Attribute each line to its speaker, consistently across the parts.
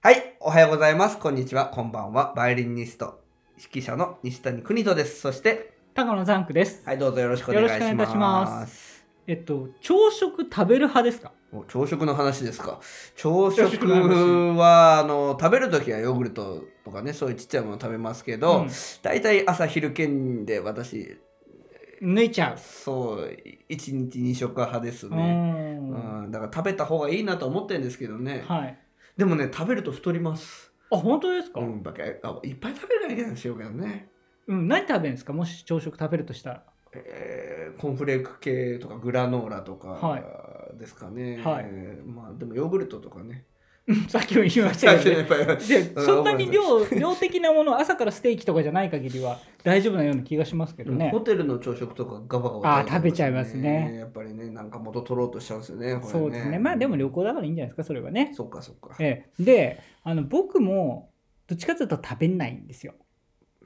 Speaker 1: はい、おはようございます。こんにちは、こんばんは。バイオリニスト、指揮者の西谷邦人です。そして、
Speaker 2: 高野ザンクです、
Speaker 1: はい、どうぞよろしくお願いします。
Speaker 2: よろしくお願いいたしますえっと朝食食べる派ですか
Speaker 1: お朝食の話ですか。朝
Speaker 2: 食の
Speaker 1: 食は、あの、食べるときはヨーグルトとかね、そういうちっちゃいもの食べますけど、大体朝昼兼で私、
Speaker 2: うん、抜いちゃう
Speaker 1: そう、1日2食派です
Speaker 2: う
Speaker 1: ね。
Speaker 2: ん
Speaker 1: うん、だから食べた方がいいなと思ってるんですけどね。
Speaker 2: はい
Speaker 1: でもね、食べると太ります。
Speaker 2: あ本当ですか、
Speaker 1: う
Speaker 2: うん
Speaker 1: ん、ばっかりあいっぱい食べなきゃいけないんですよけどね。
Speaker 2: 何食べるんですかもし朝食食べるとしたら
Speaker 1: えーコンフレーク系とかグラノーラと
Speaker 2: は
Speaker 1: かですかね、
Speaker 2: はい
Speaker 1: えーまあでもヨーグルトとかね
Speaker 2: うんさっきも言いましたけど、ね、で
Speaker 1: うん
Speaker 2: そんなに量量的なもの朝からステーキとかじゃない限りは大丈夫なような気がしますけどね
Speaker 1: ホテルの朝食とかガバガバ
Speaker 2: あー食べちゃいますね
Speaker 1: やっぱりねなんか元取ろうとしちゃうんですよねこれ
Speaker 2: そうですねまあでも旅行だからいいんじゃないですかそれはね
Speaker 1: そっかそっか
Speaker 2: ええであの僕もどっちかというと食べないんですよ、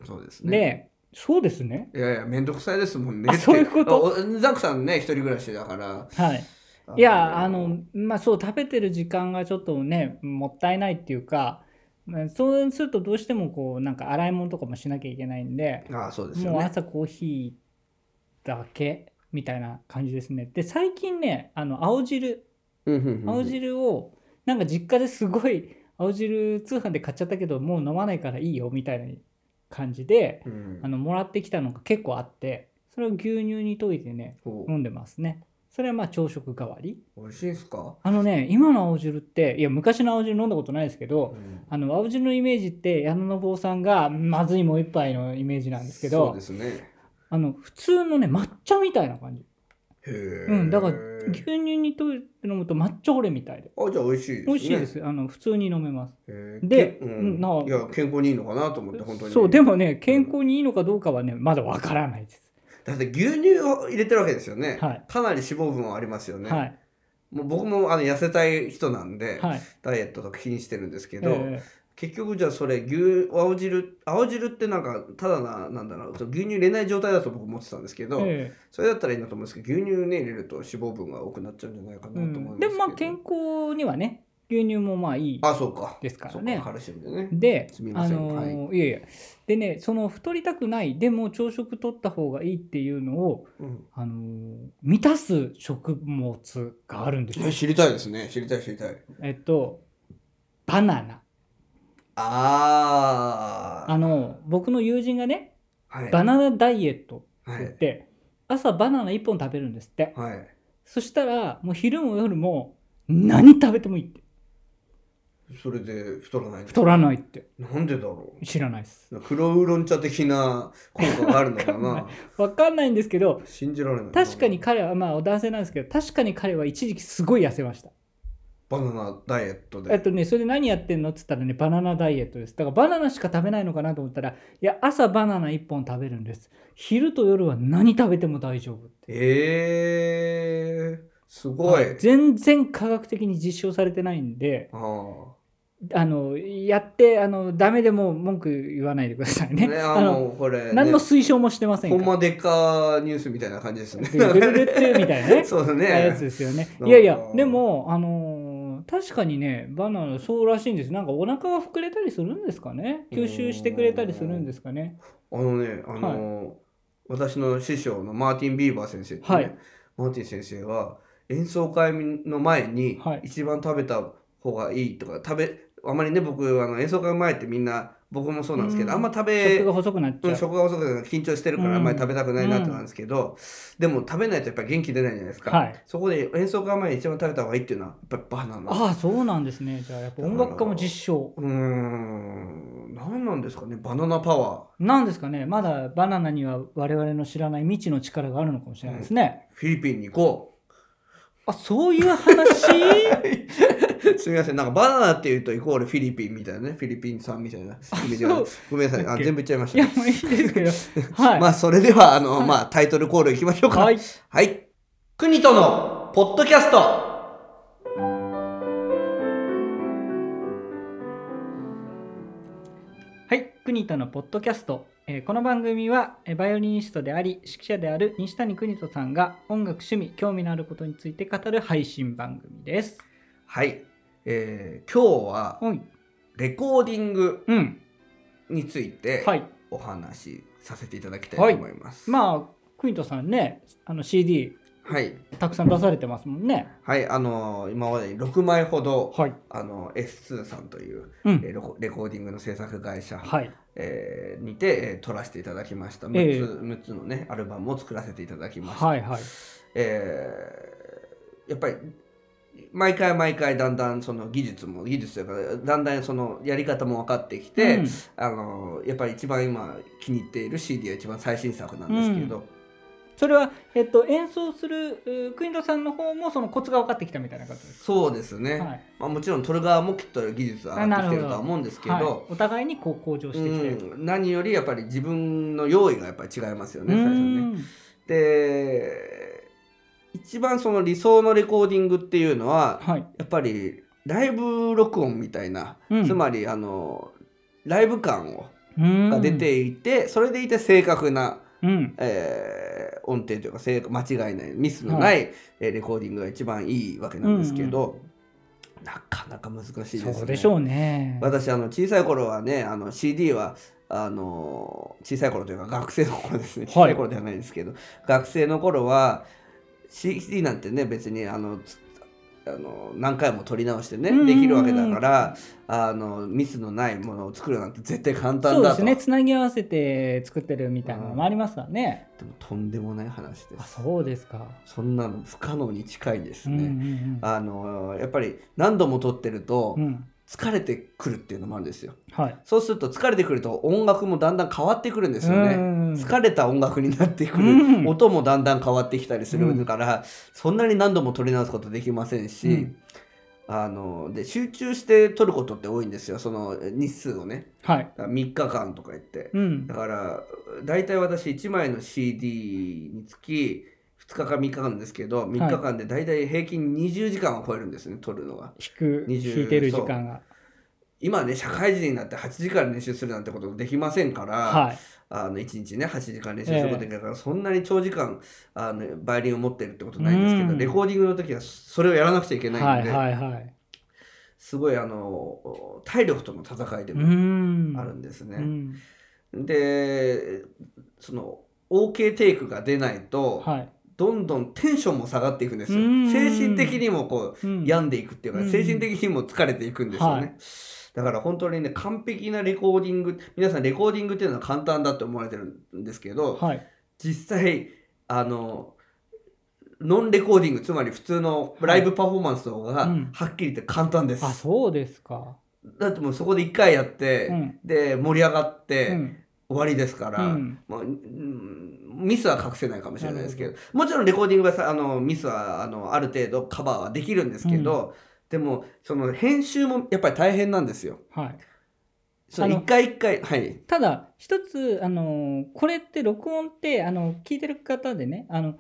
Speaker 1: そうですね
Speaker 2: でそうですね
Speaker 1: いやいや面倒くさいですもんね
Speaker 2: あそういうこと
Speaker 1: ってあお ザックさんね一人暮らしだから
Speaker 2: はいいやあのまあそう食べてる時間がちょっとねもったいないっていうかまあそうするとどうしてもこうなんか洗い物とかもしなきゃいけないんで
Speaker 1: あーそうですよ
Speaker 2: もう
Speaker 1: ね
Speaker 2: 朝コーヒーだけみたいな感じですねで最近ねあの青汁
Speaker 1: うんうんうんうん
Speaker 2: 青汁をなんか実家ですごい青汁通販で買っちゃったけどもう飲まないからいいよみたいな感じで
Speaker 1: うん
Speaker 2: あのもらってきたのが結構あってそれを牛乳に溶いてね
Speaker 1: お
Speaker 2: 飲んでますねそれはまあ朝食代わり
Speaker 1: 美味しいですか、
Speaker 2: あのね、今の青汁って、いや、昔の青汁飲んだことないですけど、
Speaker 1: ん
Speaker 2: あの、青汁のイメージって、矢野坊さんが、まずいもう一杯のイメージなんですけ
Speaker 1: そう
Speaker 2: ど
Speaker 1: で、すね
Speaker 2: あの、普通のね、抹茶みたいな感じ。
Speaker 1: へえ
Speaker 2: うんだから牛乳にとって飲むと抹茶オレみたいで。
Speaker 1: あじゃあ美味しいですね
Speaker 2: 美味しいです。あの、普通に飲めます。
Speaker 1: へー
Speaker 2: で
Speaker 1: け
Speaker 2: うんなあ
Speaker 1: いや健康にいいのかなと思って本当に
Speaker 2: そう、で
Speaker 1: も
Speaker 2: もね、健康にいいのかどうかはね、まだわからないです。
Speaker 1: だって牛乳を入れてるわけですよね、
Speaker 2: はい
Speaker 1: かなり脂肪分はありますよね、
Speaker 2: はい。
Speaker 1: もう僕もあの痩せたい人なんで、
Speaker 2: はい。
Speaker 1: ダイエットとか気にしてるんです けど、
Speaker 2: え
Speaker 1: 結局じゃあそれ牛青汁青汁ってなんかただななんだろうその牛乳入れない状態だと僕思ってたんですけ
Speaker 2: え
Speaker 1: ど、
Speaker 2: え
Speaker 1: それだったらいいなと思うんですけど牛乳ね入れると脂肪分が多くなっちゃうんじゃないかな
Speaker 2: えう
Speaker 1: と思いますけど、
Speaker 2: ん。でもまあ、健康にはね、牛乳もまあいい
Speaker 1: あそうか
Speaker 2: ですから
Speaker 1: そう
Speaker 2: ね
Speaker 1: か。カルシウムでね
Speaker 2: です
Speaker 1: み、ま
Speaker 2: あ
Speaker 1: せん
Speaker 2: のーい、やいやでねその太りたくないでも朝食取った方がいいっていうのを、
Speaker 1: うん
Speaker 2: あのー満たす食物があるんですよ
Speaker 1: え。知りたいですね知りたい知りたい
Speaker 2: えっとバナナ
Speaker 1: ああ
Speaker 2: あの僕の友人がね
Speaker 1: はい
Speaker 2: バナナダイエットっ
Speaker 1: は
Speaker 2: て言っ
Speaker 1: い。
Speaker 2: て、朝バナナ1本食べるんですって
Speaker 1: はい。
Speaker 2: そしたらもう昼も夜も何食べてもいいって
Speaker 1: それで太らない。
Speaker 2: 太らないって
Speaker 1: なんでだろ
Speaker 2: 知らないです
Speaker 1: う。黒ウーロン茶的な効果があるのか
Speaker 2: わかん
Speaker 1: な。
Speaker 2: わかんないんですけど
Speaker 1: 信じられない。
Speaker 2: 確かに。彼はまあ男性なんですけど確かに彼は一時期すごい痩せました
Speaker 1: バナナダイエット
Speaker 2: えっ
Speaker 1: で。
Speaker 2: とね、それで何やってんのって言ったらね、バナナダイエットです。だからバナナしか食べないのかなと思ったら、いや、朝バナナ1本食べるんです。昼と夜は何食べても大丈夫って。
Speaker 1: ええー、すごい。
Speaker 2: はい全然科学的に実証されてないんで、
Speaker 1: ああ。
Speaker 2: あの、やって、あの、ダメでも文句言わないでくださいね。
Speaker 1: ね、
Speaker 2: あ
Speaker 1: あ
Speaker 2: の、
Speaker 1: の、これ、ね。
Speaker 2: 何の推奨もしてません
Speaker 1: ほ
Speaker 2: か
Speaker 1: ん
Speaker 2: ら。
Speaker 1: までかニュースみたいな感じですね。
Speaker 2: でぐるぐるってみたいなね。
Speaker 1: そうだ
Speaker 2: やつ
Speaker 1: ね。
Speaker 2: ですよね
Speaker 1: う。ん
Speaker 2: いやいや、でも、あのー確かにね、バナナ、そうらしいんです。なんかお腹が膨れたりするんですかね。吸収してくれたりするんですかね。
Speaker 1: あのね、あの、私の師匠のマーティン・ビーバー先生ってね、
Speaker 2: はい
Speaker 1: マーティン先生は演奏会の前に
Speaker 2: はい
Speaker 1: 一番食べた方がいいとか、食べあまりね僕あの演奏会前ってみんな僕もそうなんですけど、
Speaker 2: うん
Speaker 1: あんま食べ
Speaker 2: 食が細くなっち
Speaker 1: う
Speaker 2: ゃ
Speaker 1: ん
Speaker 2: う。
Speaker 1: 食が遅くて緊張してるからあんまり食べたくないなってなんですけど、でも食べないとやっぱり元気出ないじゃないですか、
Speaker 2: はい。
Speaker 1: そこで演奏会前に一番食べた方がいいっていうのはやっぱりバナナ。
Speaker 2: ああ、そうなんですね。じゃあ、やっぱ音楽家も実証。
Speaker 1: うーん何なんですかねバナナパワー。
Speaker 2: なんですかね。まだバナナには我々の知らない未知の力があるのかもしれないですね。
Speaker 1: フィリピンに行こう
Speaker 2: あ、そういう話
Speaker 1: すみません、なんかバナナっていうとイコールフィリピンみたいなね、フィリピンさんみたいな意味では
Speaker 2: そう
Speaker 1: ごめんなさい、
Speaker 2: だ
Speaker 1: あ
Speaker 2: っけ
Speaker 1: 全部言っちゃいまし
Speaker 2: い
Speaker 1: た
Speaker 2: や、
Speaker 1: ね。
Speaker 2: もういいですけど。 はい。
Speaker 1: まあ、それでは、あの、まあ、タイトルコールいきましょうか。
Speaker 2: はい。
Speaker 1: はい。国とのポッドキャスト。
Speaker 2: はい、国とのポッドキャスト、えーこの番組はえーバイオリニストであり指揮者である西谷邦人さんが音楽趣味興味のあることについて語る配信番組です。
Speaker 1: はい。えー今日は
Speaker 2: はい、
Speaker 1: レコーディング
Speaker 2: うん
Speaker 1: について
Speaker 2: はい
Speaker 1: お話しさせていただきたいと思います。
Speaker 2: まあクイントさんねあの CD
Speaker 1: はい、
Speaker 2: たくさん出されてますもんね
Speaker 1: はい、あのー今までに6枚ほど、
Speaker 2: はい
Speaker 1: あの S2 さんという、
Speaker 2: う
Speaker 1: えー
Speaker 2: ん
Speaker 1: レコレコーディングの制作会社、
Speaker 2: はい
Speaker 1: えーにて、えー撮らせていただきました6つ,、
Speaker 2: ええ
Speaker 1: 6つのねアルバムを作らせていただきました、
Speaker 2: はいはい
Speaker 1: えーやっぱり毎回毎回だんだんその技術も技術というかだんだんそのやり方も分かってきて、
Speaker 2: うん
Speaker 1: あのやっぱり一番今気に入っている CD は一番最新作なんですけれど、
Speaker 2: それは、えっと、演奏するうークイントさんの方もそのコツが分かってきたみたいな感じです
Speaker 1: そうですね、
Speaker 2: はい
Speaker 1: まあ、もちろん撮る側もきっと技術は上がってきてるとは思うんですけど
Speaker 2: はい、お互いにこう向上してきてる、
Speaker 1: うん、何よりやっぱり自分の用意がやっぱり違いますよね最初ね。
Speaker 2: ね
Speaker 1: で一番その理想のレコーディングっていうのは
Speaker 2: はい、
Speaker 1: やっぱりライブ録音みたいな、
Speaker 2: うん
Speaker 1: つまりあのライブ感を
Speaker 2: が
Speaker 1: が出、ていて、それでいて正確な、
Speaker 2: うん
Speaker 1: えー音程というか正確間違いないミスのない、えーレコーディングが一番いいわけなんですけど、なかなか難しいですね。
Speaker 2: そうでしょうね
Speaker 1: 私あの小さい頃はねあの CD はあの小さい頃というか学生の頃ですね
Speaker 2: はい
Speaker 1: 小さい頃ではないですけど、学生の頃は CD なんてね別にあのつあの何回も撮り直してね
Speaker 2: うんうんうん
Speaker 1: できるわけだからあのミスのないものを作るなんて絶対簡単だ
Speaker 2: そ
Speaker 1: と
Speaker 2: うですねつなぎ合わせて作ってるみたいなのもありますからね、
Speaker 1: でもとんでもない話で
Speaker 2: あ
Speaker 1: す
Speaker 2: そうですか、
Speaker 1: そんなの不可能に近いです
Speaker 2: うん
Speaker 1: ね、
Speaker 2: うん
Speaker 1: あのやっぱり何度も撮ってると
Speaker 2: うんうん
Speaker 1: 疲れてくるっていうのもあるんですよ
Speaker 2: はい
Speaker 1: そうすると疲れてくると音楽もだんだん変わってくるんですよね、
Speaker 2: うん
Speaker 1: 疲れた音楽になってくる、
Speaker 2: うん
Speaker 1: 音もだんだん変わってきたりするから、そんなに何度も撮り直すことできませんし、
Speaker 2: うん
Speaker 1: あので集中して撮ることって多いんですよその日数をね
Speaker 2: はい
Speaker 1: 3日間とか言って
Speaker 2: うん
Speaker 1: だから大体私1枚の CD につき2日か3日間ですけど3日間で大体平均20時間は超えるんですね撮るのが
Speaker 2: 弾く弾い
Speaker 1: 20
Speaker 2: てる時間が
Speaker 1: 今ね社会人になって8時間練習するなんてことできませんから、
Speaker 2: はい
Speaker 1: あの1日ね8時間練習することできるから、そんなに長時間あのバイオリンを持ってるってことないんですけど、
Speaker 2: うん
Speaker 1: レコーディングの時はそれをやらなくちゃいけな
Speaker 2: は
Speaker 1: の
Speaker 2: いい
Speaker 1: で、
Speaker 2: はいはい
Speaker 1: すごいあの体力との戦いで
Speaker 2: う
Speaker 1: も
Speaker 2: ん
Speaker 1: あるんです
Speaker 2: う
Speaker 1: ね。
Speaker 2: ん
Speaker 1: でその OK テイクが出ないと、
Speaker 2: はい
Speaker 1: どんどんテンションも下がっていくんですよ。
Speaker 2: うん
Speaker 1: 精神的にもこ
Speaker 2: う
Speaker 1: うん病んでいくっていうか、
Speaker 2: うん
Speaker 1: 精神的にも疲れていくんですよね。
Speaker 2: はい
Speaker 1: だから本当にね完璧なレコーディング皆さんレコーディングっていうのは簡単だって思われてるんですけど、
Speaker 2: はい
Speaker 1: 実際あのノンレコーディングつまり普通のライブパフォーマンスの方が
Speaker 2: は
Speaker 1: は
Speaker 2: いうん
Speaker 1: っきり言って簡単です、
Speaker 2: あそうですか
Speaker 1: だってもうそこで1回やって、
Speaker 2: うん
Speaker 1: で盛り上がっ
Speaker 2: う
Speaker 1: て、
Speaker 2: ん
Speaker 1: 終わりですから、
Speaker 2: うん
Speaker 1: まあうんミスは隠せないかもしれないですけど
Speaker 2: な
Speaker 1: もちろんレコーディングはさあのミスはあのある程度カバーはできるんですけど、でもその編集もやっぱり大変なんですよ。
Speaker 2: はい
Speaker 1: その
Speaker 2: あの
Speaker 1: 一回一回はい
Speaker 2: ただ一つあのーこれって録音ってあの聞いてる方でねあの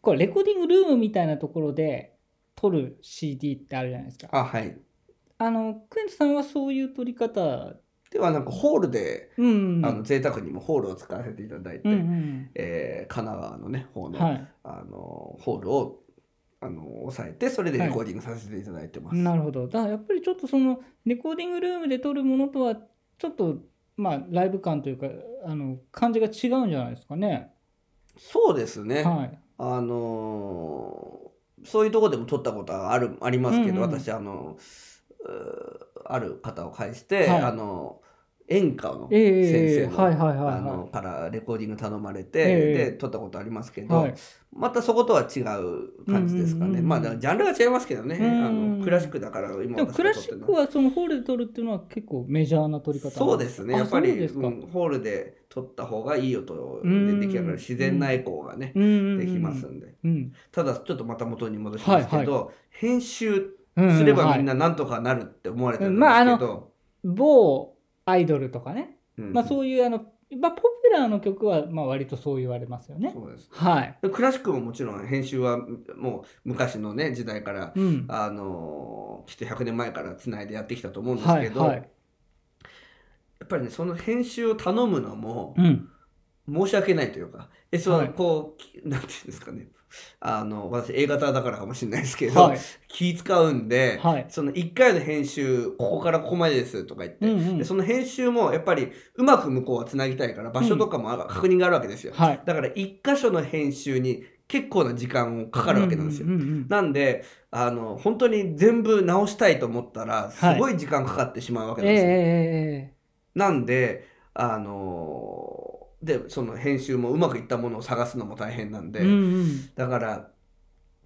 Speaker 2: これレコーディングルームみたいなところで撮る CD ってあるじゃないですかあ
Speaker 1: あはい。
Speaker 2: のクエントさんはそういう撮り方
Speaker 1: ではなんかホールで、
Speaker 2: うん
Speaker 1: あの贅沢にもホールを使わせていただいて、
Speaker 2: うんうん
Speaker 1: えー神奈川のね方の,、
Speaker 2: は
Speaker 1: あのホールをあの押さえてそれでレコーディングさせていただいてます。
Speaker 2: いなるほどだからやっぱりちょっとそのレコーディングルームで撮るものとはちょっとまあライブ感というかあの感じが違うんじゃないですかね
Speaker 1: そうですね、
Speaker 2: はい
Speaker 1: あのーそういうとこでも撮ったことはあるありますけど、
Speaker 2: うんうん
Speaker 1: 私あのうーある方を介して、
Speaker 2: はい
Speaker 1: あの演歌の
Speaker 2: え
Speaker 1: 先生
Speaker 2: え
Speaker 1: の
Speaker 2: はいはいはい
Speaker 1: あ
Speaker 2: は
Speaker 1: のからレコーディング頼まれて、
Speaker 2: ええ
Speaker 1: で撮ったことありますけ
Speaker 2: い
Speaker 1: ど、
Speaker 2: はい
Speaker 1: またそことは違う感じですかね、
Speaker 2: うんうんうんうん
Speaker 1: まあだからジャンルが違いますけどね、
Speaker 2: うん
Speaker 1: あのクラシックだから今
Speaker 2: でも
Speaker 1: 私
Speaker 2: ク
Speaker 1: が
Speaker 2: ラ
Speaker 1: 撮っ
Speaker 2: シ
Speaker 1: てる
Speaker 2: ッ
Speaker 1: の
Speaker 2: ク
Speaker 1: は
Speaker 2: はそのホールで撮るっていうのは結構メジャーな撮り方
Speaker 1: そうですね
Speaker 2: あ
Speaker 1: やっぱり
Speaker 2: そうですか
Speaker 1: うんホールで撮った方がいい音で
Speaker 2: うん
Speaker 1: 出来上がる自然なエコーがね、で
Speaker 2: で
Speaker 1: きますんで
Speaker 2: うん
Speaker 1: ただちょっとまた元に戻しますけど、編集
Speaker 2: うんうん
Speaker 1: すればみん
Speaker 2: はい
Speaker 1: ななんとかなるって思われてるん
Speaker 2: うん
Speaker 1: です
Speaker 2: まああの
Speaker 1: けど、
Speaker 2: 某アイドルとかね、
Speaker 1: うん
Speaker 2: まあ、そういうあの、まあ、ポピュラーの曲はまあ割とそう言われますよね。
Speaker 1: そうです
Speaker 2: はい、
Speaker 1: クラシックももちろん編集はもう昔のね時代から、
Speaker 2: うん、
Speaker 1: あのきっと100年前からつないでやってきたと思うんですけど、
Speaker 2: はいはい
Speaker 1: やっぱりねその編集を頼むのも
Speaker 2: うん、
Speaker 1: 申し訳ないというか、えその
Speaker 2: はい
Speaker 1: こうきなんていうんですかねあの私 A 型だからかもしれないですけど、
Speaker 2: はい
Speaker 1: 気使うんで、
Speaker 2: はい
Speaker 1: その1回の編集ここからここまでですとか言って、
Speaker 2: うんうん
Speaker 1: でその編集もやっぱりうまく向こうはつなぎたいから場所とかもあ確認があるわけですよ、
Speaker 2: はい
Speaker 1: だから1箇所の編集に結構な時間をかかるわけなんですよ、
Speaker 2: うんうんうん
Speaker 1: なんであの本当に全部直したいと思ったらすごい時間かかってしまうわけ
Speaker 2: ええ
Speaker 1: なんですよ、
Speaker 2: え
Speaker 1: なんであのでその編集もうまくいったものを探すのも大変なん
Speaker 2: え
Speaker 1: で、
Speaker 2: ええうんうん
Speaker 1: だから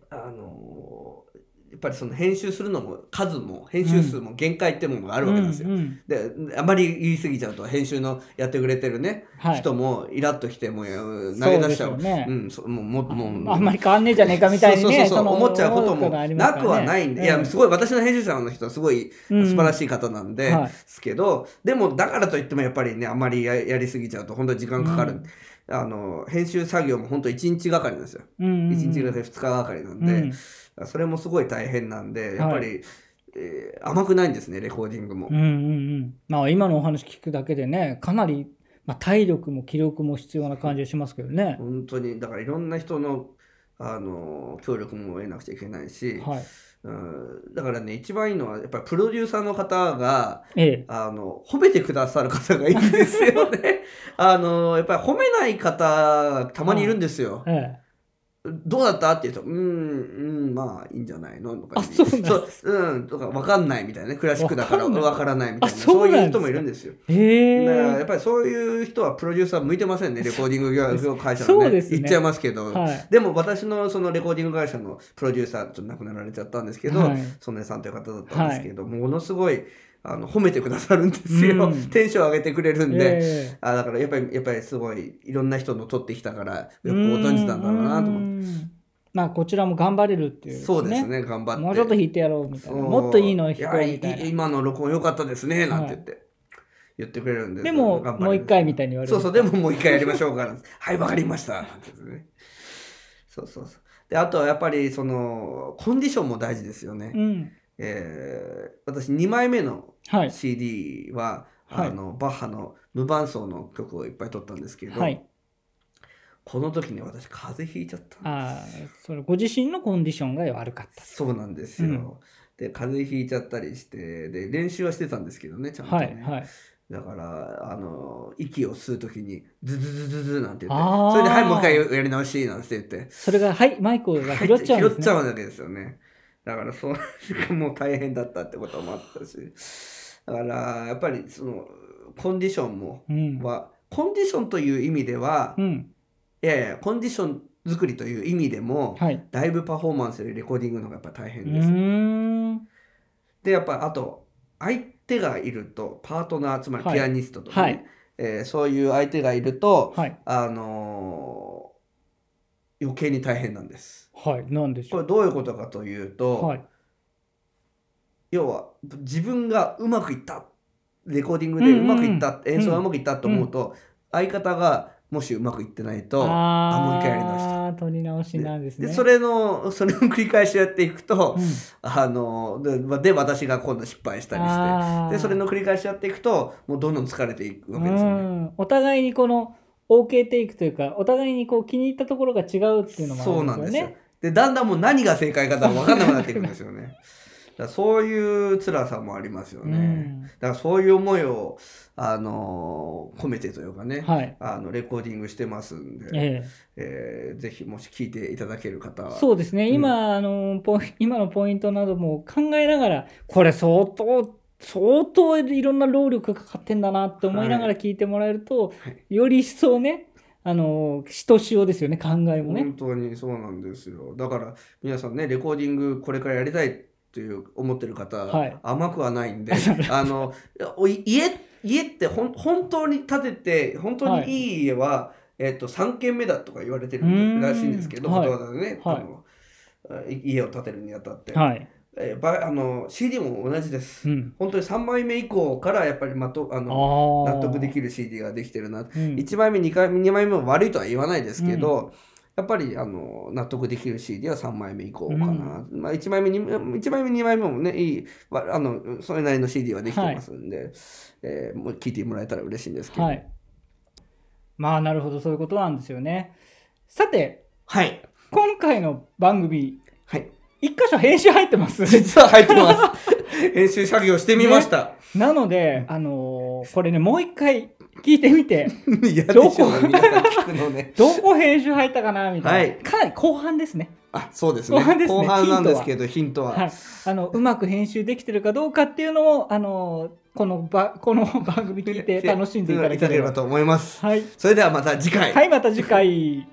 Speaker 1: あのやっぱりその編集するのも数も編集数も限界ってものがあるわけなんですよ。
Speaker 2: うんうん
Speaker 1: であまり言い過ぎちゃうと編集のやってくれてるね、
Speaker 2: はい、
Speaker 1: 人もイラッときてもう投げ出しちゃう
Speaker 2: そうですよね
Speaker 1: うん、そうもうもうもう
Speaker 2: あんまり変わんねえじゃねえかみたいにね
Speaker 1: そうそうそう思っちゃうことも
Speaker 2: な
Speaker 1: なくはないんで、いやすごい私の編集者の人はすごい素晴らしい方なんで、
Speaker 2: はい
Speaker 1: ですけどでもだからといってもやっぱりねあんまりややりすぎちゃうと本当に時間かかる、あの編集作業も本当1日がかりなんですよ、
Speaker 2: い、うんうん
Speaker 1: 1日がかり2日がかりなんで、
Speaker 2: うん
Speaker 1: それもすごい大変なんで
Speaker 2: い
Speaker 1: やっぱり、えー甘くないんですねレコーディングも、
Speaker 2: うんうんうんまあ今のお話聞くだけでねかなり、まあ、体力も気力も必要な感じがしますけどね、
Speaker 1: 本当にだからいろんな人のあの協力も得なくちゃいけないし、
Speaker 2: はい
Speaker 1: うん、だからね一番いいのはやっぱりプロデューサーの方が
Speaker 2: え
Speaker 1: あの褒めてくださる方がいいんですよ ねあのやっぱり褒めない方たまにいるんですよ
Speaker 2: え、ええ
Speaker 1: どうだったって言うと、うーん、うん、まあいいんじゃないのとか
Speaker 2: あそうなんです
Speaker 1: ううん、とか分かんないみたいなね、クラシックだから
Speaker 2: わかんない
Speaker 1: 分からないみたいな、
Speaker 2: あそ
Speaker 1: そう
Speaker 2: うなん
Speaker 1: いう
Speaker 2: ですか
Speaker 1: 人もいるんですよ。だからや
Speaker 2: え
Speaker 1: っぱりそういう人はプロデューサー向いてませんね、レコーディング業会社
Speaker 2: そ
Speaker 1: の
Speaker 2: うで
Speaker 1: ね
Speaker 2: すね
Speaker 1: 言っちゃいますけど、
Speaker 2: はい
Speaker 1: でも私のそのレコーディング会社のプロデューサー、ちょっと亡くなられちゃったんですけど、
Speaker 2: はい
Speaker 1: 曽根さんという方だったんですけど、ものすごいあの褒めてくださるんですよ、
Speaker 2: うん
Speaker 1: テンション上げてくれるんで。
Speaker 2: え
Speaker 1: あだからやっぱりやっぱりすごいいろんな人の撮ってきたからよ
Speaker 2: え
Speaker 1: くご存知なんだろうなと思って
Speaker 2: うんうんまあこちらも頑張れるっていう、
Speaker 1: そうですね頑張って
Speaker 2: もうちょっと弾いてやろうみたいなもっといいの弾こうみた
Speaker 1: や
Speaker 2: いな
Speaker 1: 今の録音良かったですねなんて言って、言ってくれるんで
Speaker 2: でも
Speaker 1: 頑張ります
Speaker 2: もう一回みたいに言われる
Speaker 1: そうそうでももう一回やりましょうか はいわかりましたなんて言ってねそうそうそうであとはやっぱりそのコンディションも大事ですよね、
Speaker 2: うん
Speaker 1: えー私2枚目の
Speaker 2: はい
Speaker 1: CD は、
Speaker 2: はい
Speaker 1: あのバッハの無伴奏の曲をいっぱい撮ったんですけど、
Speaker 2: はい
Speaker 1: この時に私風邪ひいちゃったんです
Speaker 2: あーそれご自身のコンディションが悪かった
Speaker 1: そうなんですよ。
Speaker 2: うん
Speaker 1: で風邪ひいちゃったりしてで練習はしてたんですけどねちゃんと
Speaker 2: は
Speaker 1: ね、
Speaker 2: いはい
Speaker 1: だからあの息を吸う時にズズズズズなんて言って
Speaker 2: あー
Speaker 1: それで「はいもう一回やり直し」なんて言って
Speaker 2: それがはいマイクが拾っちゃうん
Speaker 1: 拾っ
Speaker 2: です
Speaker 1: ちゃ
Speaker 2: ね
Speaker 1: うわけですよねだからそうもう大変だったってこともあったしだからやっぱりそのコンディションも
Speaker 2: うん
Speaker 1: はコンディションという意味では、
Speaker 2: うん
Speaker 1: いやいやコンディション作りという意味でも、
Speaker 2: はい
Speaker 1: ライブパフォーマンスよりレコーディングの方がやっぱ大
Speaker 2: う
Speaker 1: 変です、
Speaker 2: ーん
Speaker 1: でやっぱあと相手がいるとパートナーつまり
Speaker 2: はい
Speaker 1: ピアニストとか、ね
Speaker 2: はい
Speaker 1: えーそういう相手がいると、
Speaker 2: はい
Speaker 1: あのー余計に大変なんです。
Speaker 2: はいなんでし
Speaker 1: こ
Speaker 2: ょ
Speaker 1: れどういうことかという
Speaker 2: う
Speaker 1: と、
Speaker 2: はい
Speaker 1: 要は自分がうまくいったレコーディング
Speaker 2: う
Speaker 1: で
Speaker 2: んう
Speaker 1: うん
Speaker 2: うん
Speaker 1: まくいった、演奏がうまくいったと思うと、相方がもしうまくいってないと
Speaker 2: あ
Speaker 1: もう一回やり直した
Speaker 2: あ取り直しなんですね
Speaker 1: でそれのそれを繰り返しやっていくと、
Speaker 2: うん
Speaker 1: あのでまで私が今度失敗したりして。
Speaker 2: あー
Speaker 1: でそれの繰り返しやっていくともうどんどん疲れていくわけですよ
Speaker 2: う
Speaker 1: ね。
Speaker 2: んお互いにこの OK テイクというかお互いにこう気に入ったところが違うっていうのもあ
Speaker 1: そう
Speaker 2: る
Speaker 1: なん
Speaker 2: ん
Speaker 1: で
Speaker 2: ですすよ
Speaker 1: よ
Speaker 2: ね。。
Speaker 1: でだんだんもう何が正解か分かんなくなっていくんですよ ね。だからそういう辛さもありますよね。だからそういう思いをあのー込めてというかね、
Speaker 2: うんはい。
Speaker 1: あのレコーディングしてますんで、
Speaker 2: え
Speaker 1: えーぜひもし聞いていただける方
Speaker 2: え、
Speaker 1: は。
Speaker 2: そうですね。今、あのポイ今のポイントなども考えながらこれ相当相当いろんな労力がかかってんだなって思いながら聞いてもらえると、
Speaker 1: はい
Speaker 2: より一層ねあのひとしおですよね考えもね。
Speaker 1: 本当にそうなんですよだから皆さんねレコーディングこれからやりたいっていう思ってる方、
Speaker 2: はい
Speaker 1: 甘くはない んであのお家家ってほん本当に建てて本当にいい家は、えっと3軒目だとか言われて
Speaker 2: うー
Speaker 1: る
Speaker 2: ん
Speaker 1: らしいんですけど
Speaker 2: は
Speaker 1: こ
Speaker 2: い
Speaker 1: とわざわざね、
Speaker 2: はい
Speaker 1: あのい家を建てるにあたって、
Speaker 2: はい。
Speaker 1: えーばあの CD も同じです、
Speaker 2: うん。
Speaker 1: 本当に3枚目以降からやっぱりまとあ
Speaker 2: あ
Speaker 1: の
Speaker 2: あ。
Speaker 1: 納得できる CD ができてるな
Speaker 2: うん。
Speaker 1: 1枚目2回目2枚目も悪いとは言わないですけど、やっぱりあの納得できる CD は3枚目以降かな、まあ、1枚目に一枚目2枚目もねいいわあのそれなりの CD はできてますんで、えーもう聞いてもらえたら嬉しいんですけど
Speaker 2: は
Speaker 1: はい、
Speaker 2: い。まあなるほどそういうことなんですよね。さて
Speaker 1: はい、
Speaker 2: 今回の番組、
Speaker 1: はい。
Speaker 2: 一箇所編集入ってます。
Speaker 1: 実は入って ます。編集作業してみました。
Speaker 2: なので、あのーこれね、もう一回聞いてみて、
Speaker 1: いやでしょうね、皆さん聞くのね。
Speaker 2: どこ編集入ったかなみたいな、
Speaker 1: はい
Speaker 2: かなり後半ですね。
Speaker 1: あ、そうですね。
Speaker 2: 後半ですね
Speaker 1: 後半なんですけど、ヒントは。
Speaker 2: はい、あのうまく編集できてるかどうかっていうのを、あのーこのばこの 番組聞いて楽しんでいただければ
Speaker 1: ばと思います。
Speaker 2: はい、
Speaker 1: それではまた次回。
Speaker 2: はい、また次回。